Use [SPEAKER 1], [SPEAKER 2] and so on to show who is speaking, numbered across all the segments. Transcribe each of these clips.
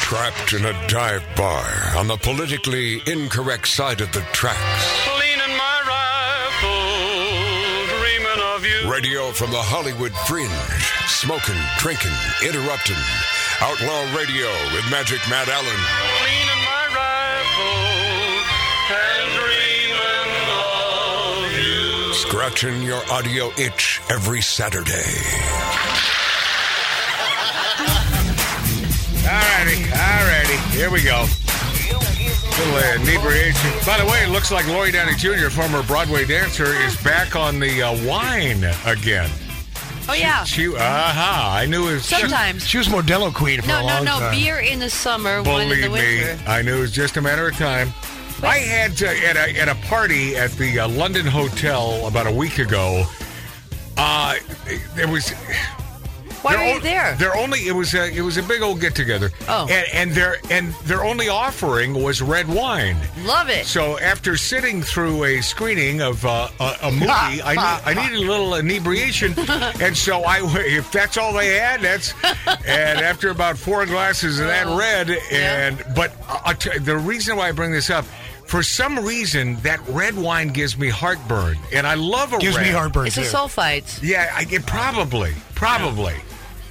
[SPEAKER 1] trapped in a dive bar on the politically incorrect side of the tracks.
[SPEAKER 2] Leaning my rifle, dreaming of you.
[SPEAKER 1] Radio from the Hollywood fringe. Smoking, drinking, interrupting. Outlaw Radio with Magic Matt Allen.
[SPEAKER 2] Leaning my rifle, and dreaming of you.
[SPEAKER 1] Scratching your audio itch every Saturday.
[SPEAKER 3] Alrighty, alrighty. Here we go. Little uh, inebriation. By the way, it looks like Lori Downey Jr., former Broadway dancer, is back on the uh, wine again.
[SPEAKER 4] Oh yeah.
[SPEAKER 3] She, aha, I knew it. was-
[SPEAKER 4] Sometimes.
[SPEAKER 5] She was Modelo Queen for a
[SPEAKER 4] No, no,
[SPEAKER 5] long
[SPEAKER 4] no.
[SPEAKER 5] time.
[SPEAKER 4] Beer in the summer, wine in
[SPEAKER 3] Believe
[SPEAKER 4] the
[SPEAKER 3] me,
[SPEAKER 4] winter.
[SPEAKER 3] I knew it was just a matter of time. I had uh, at a at a party at the uh, London Hotel about a week ago. Uh, there was
[SPEAKER 4] Why
[SPEAKER 3] They're
[SPEAKER 4] were you
[SPEAKER 3] on-
[SPEAKER 4] there?
[SPEAKER 3] They're only it was a it was a big old get together.
[SPEAKER 4] Oh.
[SPEAKER 3] and, and their and their only offering was red wine.
[SPEAKER 4] Love it.
[SPEAKER 3] So after sitting through a screening of uh, a, a movie, I need, I needed a little inebriation, and so I if that's all they had, that's and after about four glasses of that
[SPEAKER 4] Oh.
[SPEAKER 3] red, and but I- I t- the reason why I bring this up. For some reason, that red wine gives me heartburn, and I love a
[SPEAKER 5] Gives
[SPEAKER 3] red.
[SPEAKER 5] me heartburn.
[SPEAKER 4] It's the
[SPEAKER 5] too.
[SPEAKER 4] sulfites.
[SPEAKER 3] Yeah, I, it probably, probably.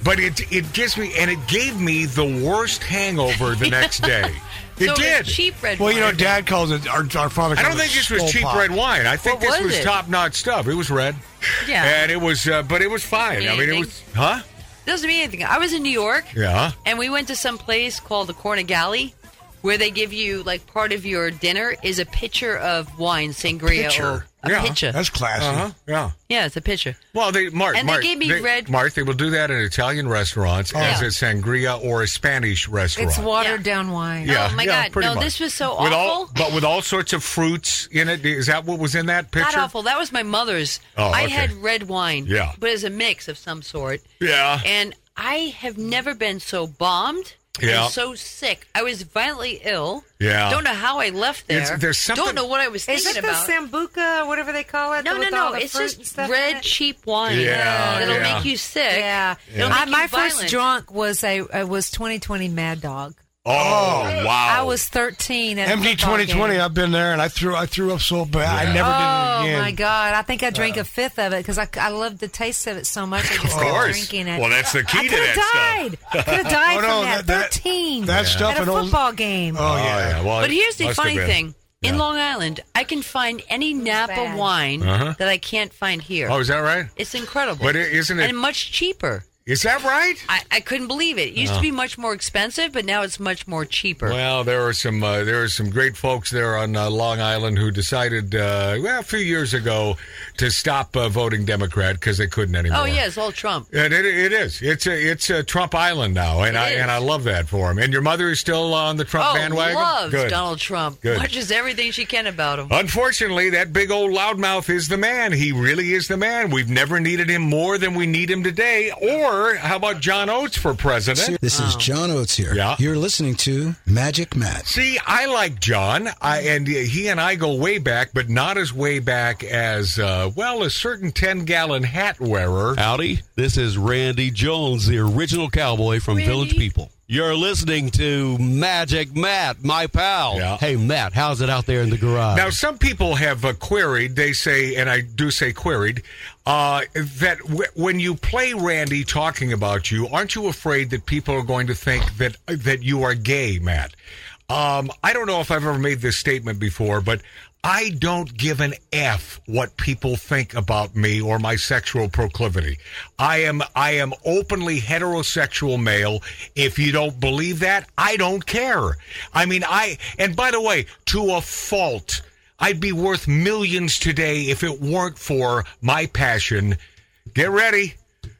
[SPEAKER 3] But it it gives me, and it gave me the worst hangover the next day. It
[SPEAKER 4] so
[SPEAKER 3] did.
[SPEAKER 4] It's cheap red
[SPEAKER 5] Well, you know,
[SPEAKER 4] wine.
[SPEAKER 5] Dad calls it our, our father.
[SPEAKER 3] I don't
[SPEAKER 5] calls it
[SPEAKER 3] think this was
[SPEAKER 5] skull
[SPEAKER 3] cheap
[SPEAKER 5] pop.
[SPEAKER 3] red wine. I think
[SPEAKER 4] What
[SPEAKER 3] this
[SPEAKER 4] was
[SPEAKER 3] was
[SPEAKER 4] it?
[SPEAKER 3] top notch stuff. It was red,
[SPEAKER 4] Yeah.
[SPEAKER 3] and it was, uh, but it was fine. I mean, it
[SPEAKER 4] Anything?
[SPEAKER 3] was, huh?
[SPEAKER 4] Doesn't mean anything. I was in New York.
[SPEAKER 3] Yeah.
[SPEAKER 4] And we went to some place called the Cornigalley, where they give you like part of your dinner is a pitcher of wine, sangria,
[SPEAKER 3] Pitcher?
[SPEAKER 4] or a
[SPEAKER 3] Yeah.
[SPEAKER 4] pitcher.
[SPEAKER 5] That's classy.
[SPEAKER 3] Uh huh. Yeah.
[SPEAKER 4] yeah, it's a pitcher.
[SPEAKER 3] Well, they Mark,
[SPEAKER 4] And they
[SPEAKER 3] Mark,
[SPEAKER 4] gave me red-
[SPEAKER 3] Mark, they will do that in Italian restaurants as a
[SPEAKER 4] Yeah.
[SPEAKER 3] sangria or a Spanish restaurant.
[SPEAKER 6] It's watered
[SPEAKER 4] Yeah.
[SPEAKER 6] down wine.
[SPEAKER 3] yeah,
[SPEAKER 4] Oh, my
[SPEAKER 3] yeah,
[SPEAKER 4] God.
[SPEAKER 3] pretty
[SPEAKER 4] No,
[SPEAKER 3] much.
[SPEAKER 4] this was so
[SPEAKER 3] With all-
[SPEAKER 4] awful.
[SPEAKER 3] but with all sorts of fruits in it. Is that what was in that picture?
[SPEAKER 4] Not awful. That was my mother's.
[SPEAKER 3] Oh,
[SPEAKER 4] I
[SPEAKER 3] okay.
[SPEAKER 4] had red wine.
[SPEAKER 3] Yeah.
[SPEAKER 4] But it's a mix of some sort.
[SPEAKER 3] Yeah.
[SPEAKER 4] And I have never been so bombed.
[SPEAKER 3] Yeah.
[SPEAKER 4] And so sick. I was violently ill.
[SPEAKER 3] Yeah.
[SPEAKER 4] Don't know how I left there.
[SPEAKER 3] It's- there's something-
[SPEAKER 4] Don't know what I was
[SPEAKER 6] Is
[SPEAKER 4] thinking
[SPEAKER 6] it the
[SPEAKER 4] about.
[SPEAKER 6] sambuca, whatever they call it?
[SPEAKER 4] no,
[SPEAKER 6] with
[SPEAKER 4] no,
[SPEAKER 6] all
[SPEAKER 4] no.
[SPEAKER 6] the
[SPEAKER 4] It's
[SPEAKER 6] fruit and
[SPEAKER 4] just
[SPEAKER 6] stuff in
[SPEAKER 4] red
[SPEAKER 6] it?
[SPEAKER 4] cheap wine.
[SPEAKER 3] Yeah,
[SPEAKER 4] That'll
[SPEAKER 3] yeah.
[SPEAKER 4] make you sick.
[SPEAKER 6] Yeah.
[SPEAKER 4] It'll
[SPEAKER 6] I,
[SPEAKER 4] make you
[SPEAKER 6] my
[SPEAKER 4] violent.
[SPEAKER 6] first drunk was a uh, was 2020 Mad Dog.
[SPEAKER 3] Oh wow!
[SPEAKER 6] I was 13 at a
[SPEAKER 5] MD
[SPEAKER 6] football
[SPEAKER 5] twenty twenty.
[SPEAKER 6] game.
[SPEAKER 5] I've been there, and I threw I threw up so bad. I never
[SPEAKER 6] Oh
[SPEAKER 5] did it again.
[SPEAKER 6] my god! I think I drank a fifth of it because I, I loved the taste of it so much. I just
[SPEAKER 3] Uh. Of
[SPEAKER 6] kept
[SPEAKER 3] course.
[SPEAKER 6] drinking it.
[SPEAKER 3] Well, that's the key
[SPEAKER 6] I
[SPEAKER 3] to
[SPEAKER 6] could've
[SPEAKER 3] that
[SPEAKER 6] died. I could have died
[SPEAKER 5] Oh, no,
[SPEAKER 6] from that.
[SPEAKER 5] that- that-
[SPEAKER 6] Thirteen.
[SPEAKER 5] that stuff
[SPEAKER 6] at
[SPEAKER 5] and
[SPEAKER 6] Oh. a
[SPEAKER 5] all-
[SPEAKER 6] football game.
[SPEAKER 5] Oh,
[SPEAKER 3] Oh,
[SPEAKER 5] yeah.
[SPEAKER 3] yeah. Well,
[SPEAKER 4] But
[SPEAKER 3] it
[SPEAKER 4] here's the
[SPEAKER 3] must have
[SPEAKER 4] funny
[SPEAKER 3] been.
[SPEAKER 4] thing. In Long Island, I can find any Napa
[SPEAKER 6] bad.
[SPEAKER 4] wine that I can't find here.
[SPEAKER 3] Uh-huh. Oh, is that right?
[SPEAKER 4] It's incredible.
[SPEAKER 3] But it- isn't it-
[SPEAKER 4] And much cheaper.
[SPEAKER 3] Is that right?
[SPEAKER 4] I, I couldn't believe it. It used to be much more expensive, but now it's much more cheaper.
[SPEAKER 3] Well, there are some uh, there are some great folks there on uh, Long Island who decided uh, well, a few years ago to stop uh, voting Democrat because they couldn't anymore.
[SPEAKER 4] oh, yeah, it's all Trump.
[SPEAKER 3] And it, it is. It's a, it's a Trump Island now, and
[SPEAKER 4] It
[SPEAKER 3] I
[SPEAKER 4] is.
[SPEAKER 3] and I love that for him. And your mother is still on the Trump
[SPEAKER 4] Oh,
[SPEAKER 3] bandwagon.
[SPEAKER 4] loves
[SPEAKER 3] Good.
[SPEAKER 4] Donald Trump.
[SPEAKER 3] Good.
[SPEAKER 4] Watches everything she can about him.
[SPEAKER 3] Unfortunately, that big old loudmouth is the man. He really is the man. We've never needed him more than we need him today. Or how about John Oates for president?
[SPEAKER 7] This
[SPEAKER 6] Oh.
[SPEAKER 7] is John Oates here.
[SPEAKER 3] Yeah.
[SPEAKER 7] You're listening to Magic Matt.
[SPEAKER 3] See, I like John, I, and he and I go way back, but not as way back as uh, well a certain ten-gallon hat wearer.
[SPEAKER 8] Howdy, this is Randy Jones, the original cowboy from Village People. You're listening to Magic Matt, my pal.
[SPEAKER 3] Yeah.
[SPEAKER 8] Hey, Matt, how's it out there in the garage?
[SPEAKER 3] Now, some people have uh, queried. They say, and I do say queried, uh, that w- when you play Randy talking about you, aren't you afraid that people are going to think that that you are gay, Matt? Um, I don't know if I've ever made this statement before, but I don't give an f what people think about me or my sexual proclivity. I am I am openly heterosexual male. If you don't believe that, I don't care. I mean, I and by the way, to a fault, I'd be worth millions today if it weren't for my passion. Get ready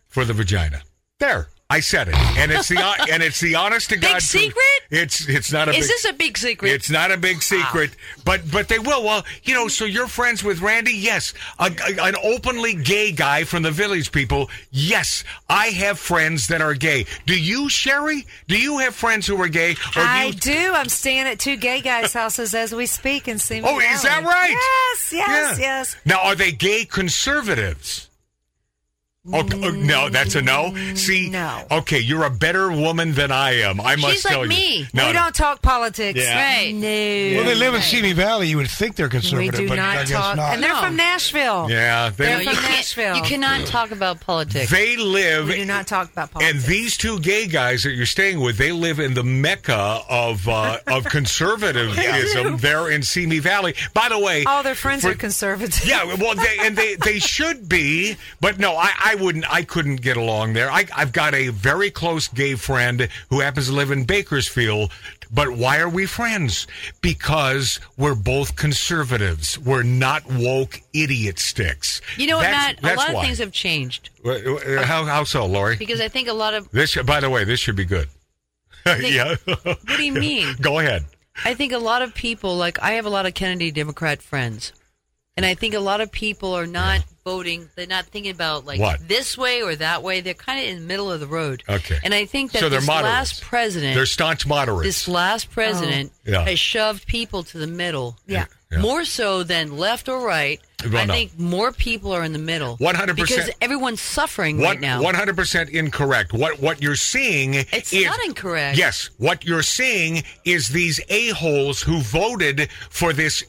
[SPEAKER 3] for the vagina. There, I said it, and it's the and it's the honest to
[SPEAKER 4] Big
[SPEAKER 3] god truth.
[SPEAKER 4] secret?
[SPEAKER 3] It's it's not a
[SPEAKER 4] Is
[SPEAKER 3] big,
[SPEAKER 4] this a big secret?
[SPEAKER 3] It's not a
[SPEAKER 6] Ah.
[SPEAKER 3] big secret, but but they will. Well, you know, so you're friends with Randy? Yes, a, a- an openly gay guy from the Village People. Yes, I have friends that are gay. Do you, Sherry? Do you have friends who are gay? Or do
[SPEAKER 6] I
[SPEAKER 3] you-
[SPEAKER 6] do. I'm staying at two gay guys' houses as we speak and see.
[SPEAKER 3] Oh, is that right?
[SPEAKER 6] Yes, yes,
[SPEAKER 3] Yeah.
[SPEAKER 6] yes.
[SPEAKER 3] Now, are they gay conservatives? Okay, oh, no, that's a no. See,
[SPEAKER 6] Mm. No.
[SPEAKER 3] okay, you're a better woman than I am. I must
[SPEAKER 4] She's like
[SPEAKER 3] tell you.
[SPEAKER 4] me.
[SPEAKER 3] No,
[SPEAKER 6] we
[SPEAKER 3] no.
[SPEAKER 6] don't talk politics.
[SPEAKER 3] Yeah.
[SPEAKER 4] Right.
[SPEAKER 6] No.
[SPEAKER 5] Well, they live in Simi Valley. You would think they're
[SPEAKER 6] we
[SPEAKER 5] conservative,
[SPEAKER 6] do
[SPEAKER 5] but I
[SPEAKER 6] not
[SPEAKER 5] guess
[SPEAKER 6] talk.
[SPEAKER 5] not.
[SPEAKER 6] And they're
[SPEAKER 4] No.
[SPEAKER 6] from Nashville.
[SPEAKER 3] Yeah,
[SPEAKER 6] They're
[SPEAKER 3] they
[SPEAKER 4] you,
[SPEAKER 6] from
[SPEAKER 4] can't-
[SPEAKER 6] Nashville.
[SPEAKER 4] you cannot talk about politics.
[SPEAKER 3] they live.
[SPEAKER 6] We do not talk about
[SPEAKER 3] and
[SPEAKER 6] politics.
[SPEAKER 3] these two gay guys that you're staying with, they live in the mecca of uh, of conservatism. there in Simi Valley. By the way,
[SPEAKER 4] Oh.
[SPEAKER 6] All their friends
[SPEAKER 3] for-
[SPEAKER 6] are conservative.
[SPEAKER 3] Yeah, well, they, and they, they should be, but no, I, I wouldn't. I couldn't get along there. I, I've got a very close gay friend who happens to live in Bakersfield. But why are we friends? Because we're both conservatives. We're not woke idiot sticks.
[SPEAKER 4] you know what,
[SPEAKER 3] That's-
[SPEAKER 4] Matt? A
[SPEAKER 3] that's
[SPEAKER 4] lot
[SPEAKER 3] why.
[SPEAKER 4] of things have changed
[SPEAKER 3] Wha- wha- How, how so, Lori?
[SPEAKER 4] because I think a lot of.
[SPEAKER 3] This, by the way, this should be good. yeah.
[SPEAKER 4] What do you mean?
[SPEAKER 3] Go ahead.
[SPEAKER 4] I think a lot of people, like I have a lot of Kennedy Democrat friends, and I think a lot of people are not voting. They're not thinking about like
[SPEAKER 3] What?
[SPEAKER 4] this way or that way. They're kind of in the middle of the road.
[SPEAKER 3] Okay.
[SPEAKER 4] And I think that
[SPEAKER 3] So they're
[SPEAKER 4] this
[SPEAKER 3] moderates.
[SPEAKER 4] last president,
[SPEAKER 3] They're staunch moderates.
[SPEAKER 4] this last president,
[SPEAKER 3] Oh. Yeah.
[SPEAKER 4] has shoved people to the middle.
[SPEAKER 6] Yeah.
[SPEAKER 3] Yeah.
[SPEAKER 4] More so than left or right.
[SPEAKER 3] Well,
[SPEAKER 4] I
[SPEAKER 3] no.
[SPEAKER 4] think more people are in the middle.
[SPEAKER 3] 100%.
[SPEAKER 4] Because everyone's suffering right now.
[SPEAKER 3] One hundred percent incorrect. What what you're seeing?
[SPEAKER 4] It's
[SPEAKER 3] is-
[SPEAKER 4] not incorrect.
[SPEAKER 3] Yes, what you're seeing is these a holes who voted for this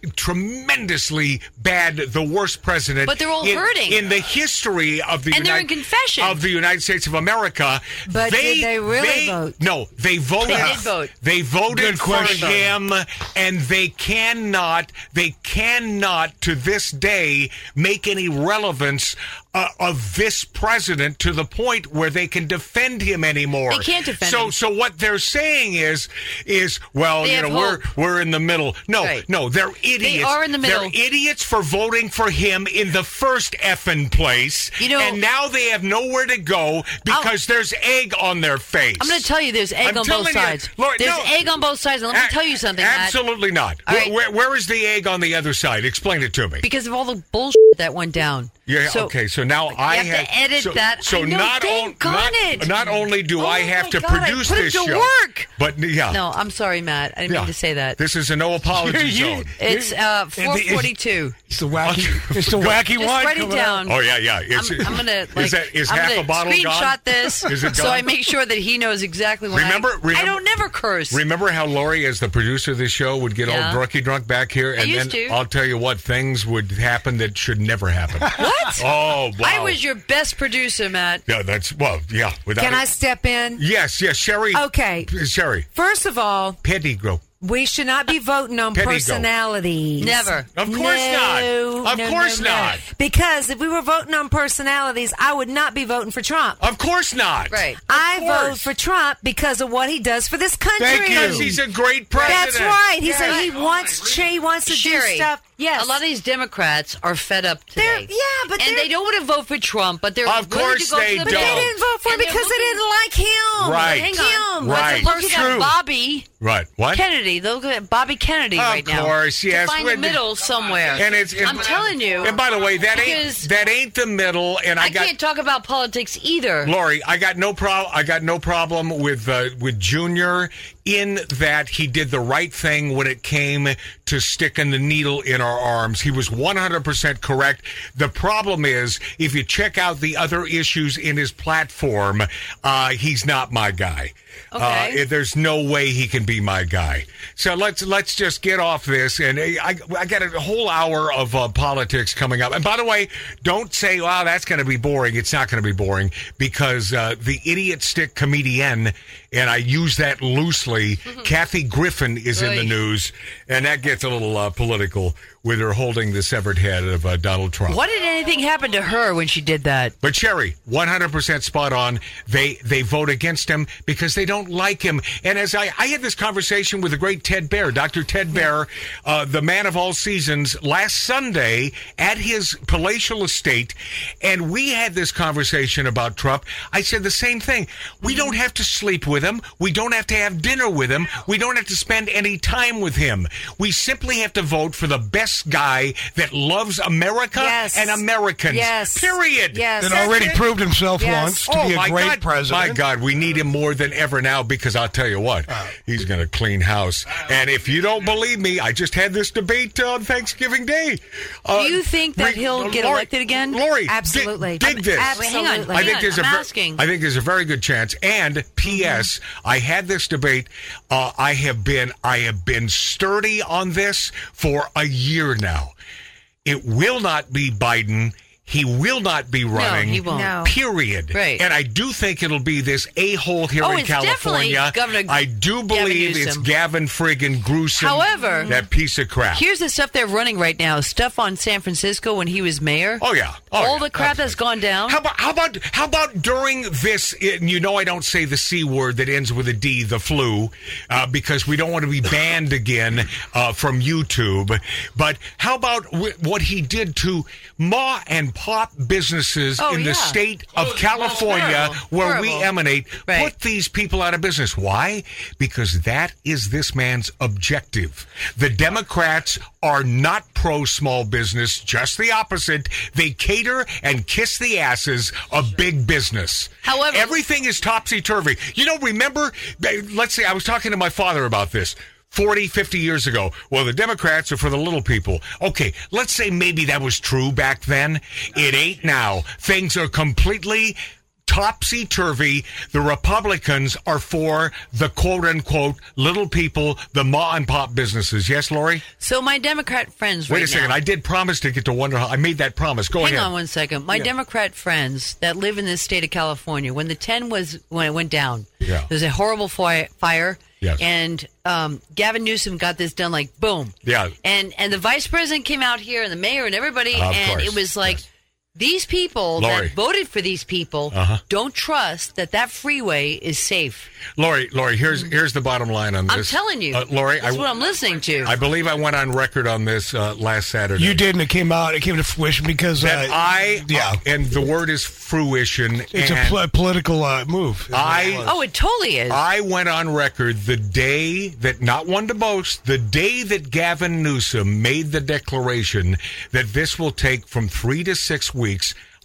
[SPEAKER 3] tremendously bad, the worst president.
[SPEAKER 4] But they're all
[SPEAKER 3] in,
[SPEAKER 4] hurting.
[SPEAKER 3] in the history of the
[SPEAKER 4] And they're in
[SPEAKER 3] United-
[SPEAKER 4] confession.
[SPEAKER 3] of the United States of America.
[SPEAKER 6] But did they really vote?
[SPEAKER 3] No, they voted.
[SPEAKER 4] They did vote.
[SPEAKER 3] They voted
[SPEAKER 5] Good
[SPEAKER 3] for
[SPEAKER 5] question.
[SPEAKER 3] him, and they cannot. They cannot to this day make any relevance uh, of this president to the point where they can defend him anymore.
[SPEAKER 4] They can't defend
[SPEAKER 3] so,
[SPEAKER 4] him.
[SPEAKER 3] So what they're saying is, is well,
[SPEAKER 4] They
[SPEAKER 3] you know,
[SPEAKER 4] have
[SPEAKER 3] we're
[SPEAKER 4] hope.
[SPEAKER 3] we're in the middle. No,
[SPEAKER 4] Right.
[SPEAKER 3] no, they're idiots.
[SPEAKER 4] are in the middle.
[SPEAKER 3] They're idiots for voting for him in the first effing place.
[SPEAKER 4] You know-
[SPEAKER 3] and now they have nowhere to go because there's egg on their face.
[SPEAKER 4] I'm going to tell you there's egg
[SPEAKER 3] I'm
[SPEAKER 4] on both
[SPEAKER 3] telling you,
[SPEAKER 4] sides.
[SPEAKER 3] Lori,
[SPEAKER 4] there's
[SPEAKER 3] no.
[SPEAKER 4] egg on both sides. And let me
[SPEAKER 3] A-
[SPEAKER 4] tell you something. Matt.
[SPEAKER 3] Absolutely not.
[SPEAKER 4] All
[SPEAKER 3] Where-
[SPEAKER 4] right.
[SPEAKER 3] where- where is the egg on the other side? Explain it to me.
[SPEAKER 4] because of all the bullshit that went down.
[SPEAKER 3] Yeah.
[SPEAKER 4] So-
[SPEAKER 3] okay. So now I
[SPEAKER 4] have to edit
[SPEAKER 3] so,
[SPEAKER 4] that.
[SPEAKER 3] So
[SPEAKER 4] I know,
[SPEAKER 3] not
[SPEAKER 4] thank
[SPEAKER 3] on-
[SPEAKER 4] God
[SPEAKER 3] not,
[SPEAKER 4] it.
[SPEAKER 3] not only do
[SPEAKER 4] Oh
[SPEAKER 3] I
[SPEAKER 4] my
[SPEAKER 3] have to
[SPEAKER 4] God, I
[SPEAKER 3] produce
[SPEAKER 4] put it
[SPEAKER 3] this
[SPEAKER 4] to
[SPEAKER 3] show,
[SPEAKER 4] work.
[SPEAKER 3] but yeah,
[SPEAKER 4] No, I'm sorry, Matt. I didn't
[SPEAKER 3] yeah.
[SPEAKER 4] mean to say that.
[SPEAKER 3] This is a no apology zone.
[SPEAKER 4] it's uh, 442.
[SPEAKER 5] It's the wacky. it's the wacky
[SPEAKER 4] Just
[SPEAKER 5] wine.
[SPEAKER 4] write it
[SPEAKER 5] coming out.
[SPEAKER 4] down.
[SPEAKER 3] Oh yeah, yeah. It's,
[SPEAKER 4] I'm, I'm gonna like,
[SPEAKER 3] is that is
[SPEAKER 4] I'm
[SPEAKER 3] half
[SPEAKER 4] gonna
[SPEAKER 3] a bottle
[SPEAKER 4] screenshot
[SPEAKER 3] gone?
[SPEAKER 4] this
[SPEAKER 3] Is it
[SPEAKER 4] so
[SPEAKER 3] gone?
[SPEAKER 4] I make sure that he knows exactly when.
[SPEAKER 3] Remember-
[SPEAKER 4] I, I
[SPEAKER 3] remember-
[SPEAKER 4] don't never curse.
[SPEAKER 3] Remember how Lori, as the producer of this show, would get
[SPEAKER 4] Yeah.
[SPEAKER 3] all drunky drunk back here, and
[SPEAKER 4] used
[SPEAKER 3] then
[SPEAKER 4] to.
[SPEAKER 3] I'll tell you what things would happen that should never happen.
[SPEAKER 4] what?
[SPEAKER 3] oh wow!
[SPEAKER 4] I was your best producer, Matt.
[SPEAKER 3] yeah, that's well, yeah. Without
[SPEAKER 6] Can
[SPEAKER 3] it-
[SPEAKER 6] I step in?
[SPEAKER 3] Yes, yes, Sherry.
[SPEAKER 6] Okay.
[SPEAKER 3] Sherry.
[SPEAKER 6] First of all,
[SPEAKER 3] Pettigrew.
[SPEAKER 6] we should not be voting on
[SPEAKER 3] Petticoat.
[SPEAKER 6] personalities.
[SPEAKER 4] Never.
[SPEAKER 3] Of course
[SPEAKER 6] No,
[SPEAKER 3] not. Of
[SPEAKER 6] no,
[SPEAKER 3] course
[SPEAKER 6] no, no.
[SPEAKER 3] not.
[SPEAKER 6] Because if we were voting on personalities, I would not be voting for Trump.
[SPEAKER 3] Of course not.
[SPEAKER 4] Right.
[SPEAKER 6] I vote
[SPEAKER 3] course.
[SPEAKER 6] for Trump because of what he does for this country.
[SPEAKER 5] Thank you.
[SPEAKER 3] Because he's a great president.
[SPEAKER 6] That's right. He
[SPEAKER 4] Yeah.
[SPEAKER 6] said he
[SPEAKER 4] Right.
[SPEAKER 6] wants cha- he wants to do
[SPEAKER 4] Sherry,
[SPEAKER 6] stuff. Yes.
[SPEAKER 4] a lot of these Democrats are fed up
[SPEAKER 6] They're-
[SPEAKER 4] today.
[SPEAKER 6] yeah, but
[SPEAKER 4] and
[SPEAKER 6] they're-
[SPEAKER 4] they don't want to vote for Trump, but they're
[SPEAKER 3] Of
[SPEAKER 4] willing
[SPEAKER 3] course
[SPEAKER 4] to go
[SPEAKER 3] they
[SPEAKER 4] to the
[SPEAKER 6] but they
[SPEAKER 3] don't.
[SPEAKER 4] polls.
[SPEAKER 6] didn't vote for him
[SPEAKER 4] And they're
[SPEAKER 6] because
[SPEAKER 4] looking-
[SPEAKER 6] they didn't like him.
[SPEAKER 3] Right.
[SPEAKER 4] Hang
[SPEAKER 6] Him.
[SPEAKER 4] on,
[SPEAKER 3] Right.
[SPEAKER 4] Let's look
[SPEAKER 3] True.
[SPEAKER 4] at Bobby.
[SPEAKER 3] Right. What?
[SPEAKER 4] Kennedy. They'll look at Bobby Kennedy
[SPEAKER 3] Of
[SPEAKER 4] right now.
[SPEAKER 3] course, yes.
[SPEAKER 4] To find
[SPEAKER 3] We're-
[SPEAKER 4] the middle somewhere.
[SPEAKER 3] and it's and-
[SPEAKER 4] I'm telling you.
[SPEAKER 3] And by the way, that
[SPEAKER 4] because
[SPEAKER 3] ain't that ain't the middle. And I,
[SPEAKER 4] I,
[SPEAKER 3] got
[SPEAKER 4] can't talk about politics either.
[SPEAKER 3] Lori, I got no problem. I got no problem with uh, with Junior in that he did the right thing when it came to sticking the needle in our arms. He was 100% correct. The problem is if you check out the other issues in his platform, uh, he's not my guy.
[SPEAKER 4] Okay.
[SPEAKER 3] Uh, there's no way he can be my guy. So let's let's just get off this. And uh, I I got a whole hour of uh, politics coming up. And by the way, don't say, "Wow, that's going to be boring." It's not going to be boring because uh, the idiot stick comedian, and I use that loosely. Kathy Griffin is in the
[SPEAKER 4] Oy.
[SPEAKER 3] news, and that gets a little uh, political with her holding the severed head of uh, Donald Trump.
[SPEAKER 4] What did anything happen to her when she did that?
[SPEAKER 3] But Sherry, 100% spot on. They they vote against him because they don't like him. And as I, I had this conversation with the great Ted Bear, Dr. Ted Bear, uh, the man of all seasons, last Sunday at his palatial estate. And we had this conversation about Trump. I said the same thing. We don't have to sleep with him. We don't have to have dinner with him. We don't have to spend any time with him. We simply have to vote for the best guy that loves America
[SPEAKER 6] Yes.
[SPEAKER 3] and Americans.
[SPEAKER 6] Yes.
[SPEAKER 3] Period.
[SPEAKER 6] Yes.
[SPEAKER 5] That already proved himself
[SPEAKER 6] Yes.
[SPEAKER 5] once to be a great
[SPEAKER 3] Oh, God.
[SPEAKER 5] president. Uh.
[SPEAKER 3] My God, we need him more than never now because I'll tell you what, he's going to clean house. And if you don't believe me, I just had this debate on Thanksgiving Day. Uh,
[SPEAKER 4] you think that he'll get elected again?
[SPEAKER 3] Lori, dig-
[SPEAKER 6] Absolutely.
[SPEAKER 3] Dig,
[SPEAKER 6] I'm
[SPEAKER 3] this.
[SPEAKER 6] abs-
[SPEAKER 4] Hang on, hang
[SPEAKER 6] Absolutely. I
[SPEAKER 3] I think
[SPEAKER 4] on,
[SPEAKER 3] there's a
[SPEAKER 4] I'm
[SPEAKER 3] ver-
[SPEAKER 4] asking. Mm-hmm.
[SPEAKER 3] I think there's a very good chance. And P.S. I had this debate. Uh, I have been I have been sturdy on this for a year now. It will not be Biden. He will not be running.
[SPEAKER 4] he won't.
[SPEAKER 6] No.
[SPEAKER 3] Period.
[SPEAKER 4] Right.
[SPEAKER 3] And I do think it'll be this a hole here
[SPEAKER 4] Oh,
[SPEAKER 3] in
[SPEAKER 4] it's definitely
[SPEAKER 3] California.
[SPEAKER 4] Governor
[SPEAKER 3] I do
[SPEAKER 4] Gavin
[SPEAKER 3] believe it's
[SPEAKER 4] Newsom.
[SPEAKER 3] Gavin friggin' Gruesome.
[SPEAKER 4] However-
[SPEAKER 3] that piece of crap.
[SPEAKER 4] Here's the stuff they're running right now. Stuff on San Francisco when he was mayor.
[SPEAKER 3] Oh yeah. Oh,
[SPEAKER 4] All
[SPEAKER 3] yeah.
[SPEAKER 4] the crap that's gone down.
[SPEAKER 3] How about how about how about during this? And you know, I don't say the c word that ends with a D, the flu, uh, because we don't want to be banned again uh, from YouTube. But how about w- what he did to ma and pop businesses
[SPEAKER 4] Oh,
[SPEAKER 3] in the
[SPEAKER 4] yeah.
[SPEAKER 3] state of California,
[SPEAKER 4] horrible.
[SPEAKER 3] where we
[SPEAKER 4] Horrible.
[SPEAKER 3] emanate?
[SPEAKER 4] Right.
[SPEAKER 3] Put these people out of business. Why? Because that is this man's objective. The Democrats are not pro small business, just the opposite. They cater and kiss the asses of big business.
[SPEAKER 4] However-
[SPEAKER 3] everything is topsy turvy. You know, remember, let's say I was talking to my father about this. 40, 50 years ago. Well, the Democrats are for the little people. Okay, let's say maybe that was true back then. It ain't now. Things are completely topsy turvy. The Republicans are for the quote unquote little people, the ma and pop businesses. Yes, Lori?
[SPEAKER 4] so my Democrat friends.
[SPEAKER 3] Wait
[SPEAKER 4] right
[SPEAKER 3] a second.
[SPEAKER 4] now-
[SPEAKER 3] I did promise to get to Wonder How. I made that promise. Go
[SPEAKER 4] Hang
[SPEAKER 3] ahead.
[SPEAKER 4] on one second. My Democrat friends that live in this state of California, when the ten was when it went down,
[SPEAKER 3] Yeah.
[SPEAKER 4] there was a horrible fire, fire
[SPEAKER 3] Yes.
[SPEAKER 4] and um, Gavin Newsom got this done like boom.
[SPEAKER 3] Yeah.
[SPEAKER 4] and and the vice president came out here and the mayor and everybody,
[SPEAKER 3] Of
[SPEAKER 4] and
[SPEAKER 3] course,
[SPEAKER 4] it was like.
[SPEAKER 3] yes.
[SPEAKER 4] These people
[SPEAKER 3] Lori. Uh-huh.
[SPEAKER 4] that voted for these people don't trust that that freeway is safe.
[SPEAKER 3] Lori, Lori, here's here's the bottom line on this.
[SPEAKER 4] Mm-hmm. I'm telling you,
[SPEAKER 3] Uh, Lori,
[SPEAKER 4] that's
[SPEAKER 3] I,
[SPEAKER 4] what I'm listening to.
[SPEAKER 3] I believe I went on record on this uh, last Saturday.
[SPEAKER 5] You did, and it came out. It came to fruition because
[SPEAKER 3] That
[SPEAKER 5] uh,
[SPEAKER 3] I,
[SPEAKER 5] yeah,
[SPEAKER 3] and the word is fruition.
[SPEAKER 5] it's a
[SPEAKER 3] and
[SPEAKER 5] pl- political uh, move. is what
[SPEAKER 3] I-
[SPEAKER 5] it was.
[SPEAKER 4] oh, it totally is.
[SPEAKER 3] I went on record the day that, not one to boast, the day that Gavin Newsom made the declaration that this will take from three to six weeks.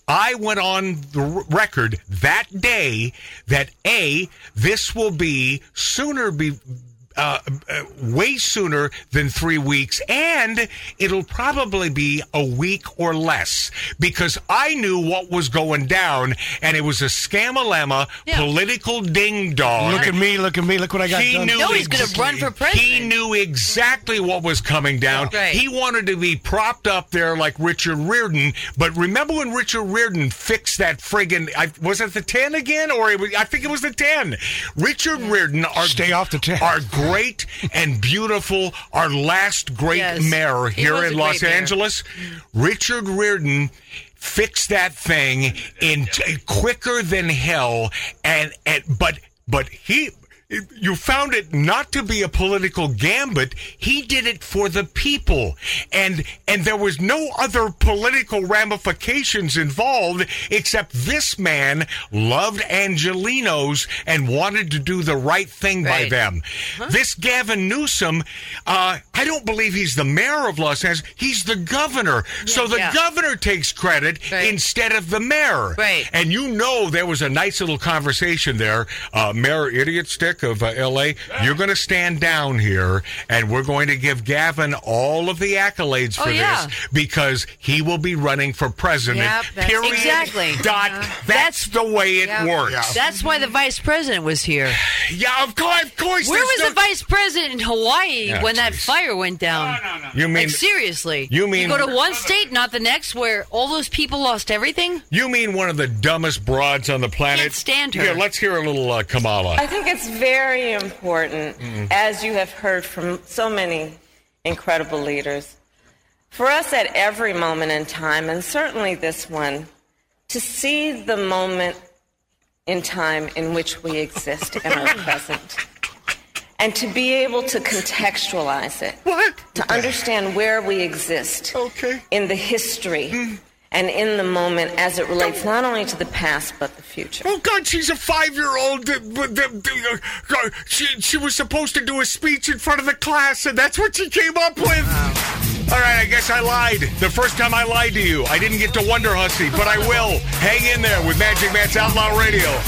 [SPEAKER 3] I went on the r- record that day that A, this will be sooner be. Uh, uh, way sooner than three weeks, and it'll probably be a week or less because I knew what was going down, and it was a scamalama,
[SPEAKER 4] Yeah.
[SPEAKER 3] political ding dong
[SPEAKER 5] Look at me! Look at me! Look what I got
[SPEAKER 3] he
[SPEAKER 5] done.
[SPEAKER 3] knew
[SPEAKER 4] No, he's gonna
[SPEAKER 3] ex-
[SPEAKER 4] run for president.
[SPEAKER 3] He knew exactly what was coming down.
[SPEAKER 4] Right.
[SPEAKER 3] He wanted to be propped up there like Richard Reardon. But remember when Richard Reardon fixed that friggin' I, was it the ten again, or it was, I think it was the ten. Richard Reardon, our
[SPEAKER 5] Stay off the 10.
[SPEAKER 3] our great and beautiful, our last great
[SPEAKER 4] Yes.
[SPEAKER 3] mayor
[SPEAKER 4] He
[SPEAKER 3] here
[SPEAKER 4] was
[SPEAKER 3] in
[SPEAKER 4] a
[SPEAKER 3] Los
[SPEAKER 4] great mayor.
[SPEAKER 3] Angeles, Richard Reardon fixed that thing in t- quicker than hell and, and but but he you found it not to be a political gambit he did it for the people and and there was no other political ramifications involved except this man loved angelinos and wanted to do the right thing by
[SPEAKER 4] Right.
[SPEAKER 3] them this Gavin Newsom, uh, I don't believe he's the mayor of Los Angeles. He's the governor. so the
[SPEAKER 4] yeah.
[SPEAKER 3] governor takes credit
[SPEAKER 4] Right.
[SPEAKER 3] instead of the mayor.
[SPEAKER 4] Right.
[SPEAKER 3] And you know there was a nice little conversation there. Uh, mayor Idiot Stick of uh, L.A., you're going to stand down here, and we're going to give Gavin all of the accolades
[SPEAKER 4] Oh,
[SPEAKER 3] for
[SPEAKER 4] yeah.
[SPEAKER 3] this because he will be running for president.
[SPEAKER 6] Yep, that's-
[SPEAKER 3] period.
[SPEAKER 4] Exactly. Uh-huh.
[SPEAKER 3] Dot. That's,
[SPEAKER 4] That's-
[SPEAKER 3] the way it
[SPEAKER 6] Yep.
[SPEAKER 3] works. Yeah.
[SPEAKER 4] That's why the vice president was here.
[SPEAKER 3] of course. Of course
[SPEAKER 4] Where
[SPEAKER 3] there's
[SPEAKER 4] was
[SPEAKER 3] no-
[SPEAKER 4] the vice president in Hawaii
[SPEAKER 3] Yeah,
[SPEAKER 4] when that
[SPEAKER 3] geez.
[SPEAKER 4] fire went down?
[SPEAKER 3] You mean
[SPEAKER 4] like seriously?
[SPEAKER 3] you mean-
[SPEAKER 4] go to one state, not the next, where all those people lost everything?
[SPEAKER 3] You mean one of the dumbest broads on the planet?
[SPEAKER 4] Can't stand her.
[SPEAKER 3] Here, let's hear a little uh, Kamala.
[SPEAKER 9] I think it's very important, as you have heard from so many incredible leaders, for us at every moment in time, and certainly this one, to see the moment in time in which we exist and are present. And to be able to contextualize it. To understand where we exist
[SPEAKER 3] Okay.
[SPEAKER 9] in the history and in the moment as it relates not only to the past but the future.
[SPEAKER 3] Oh God, she's a five-year-old. that- that- that- uh, She she was supposed to do a speech in front of the class, and that's what she came up with. All right, I guess I lied. The first time I lied to you, I didn't get to Wonder Hussy, but I will. Hang in there with Magic Matt's Outlaw Radio.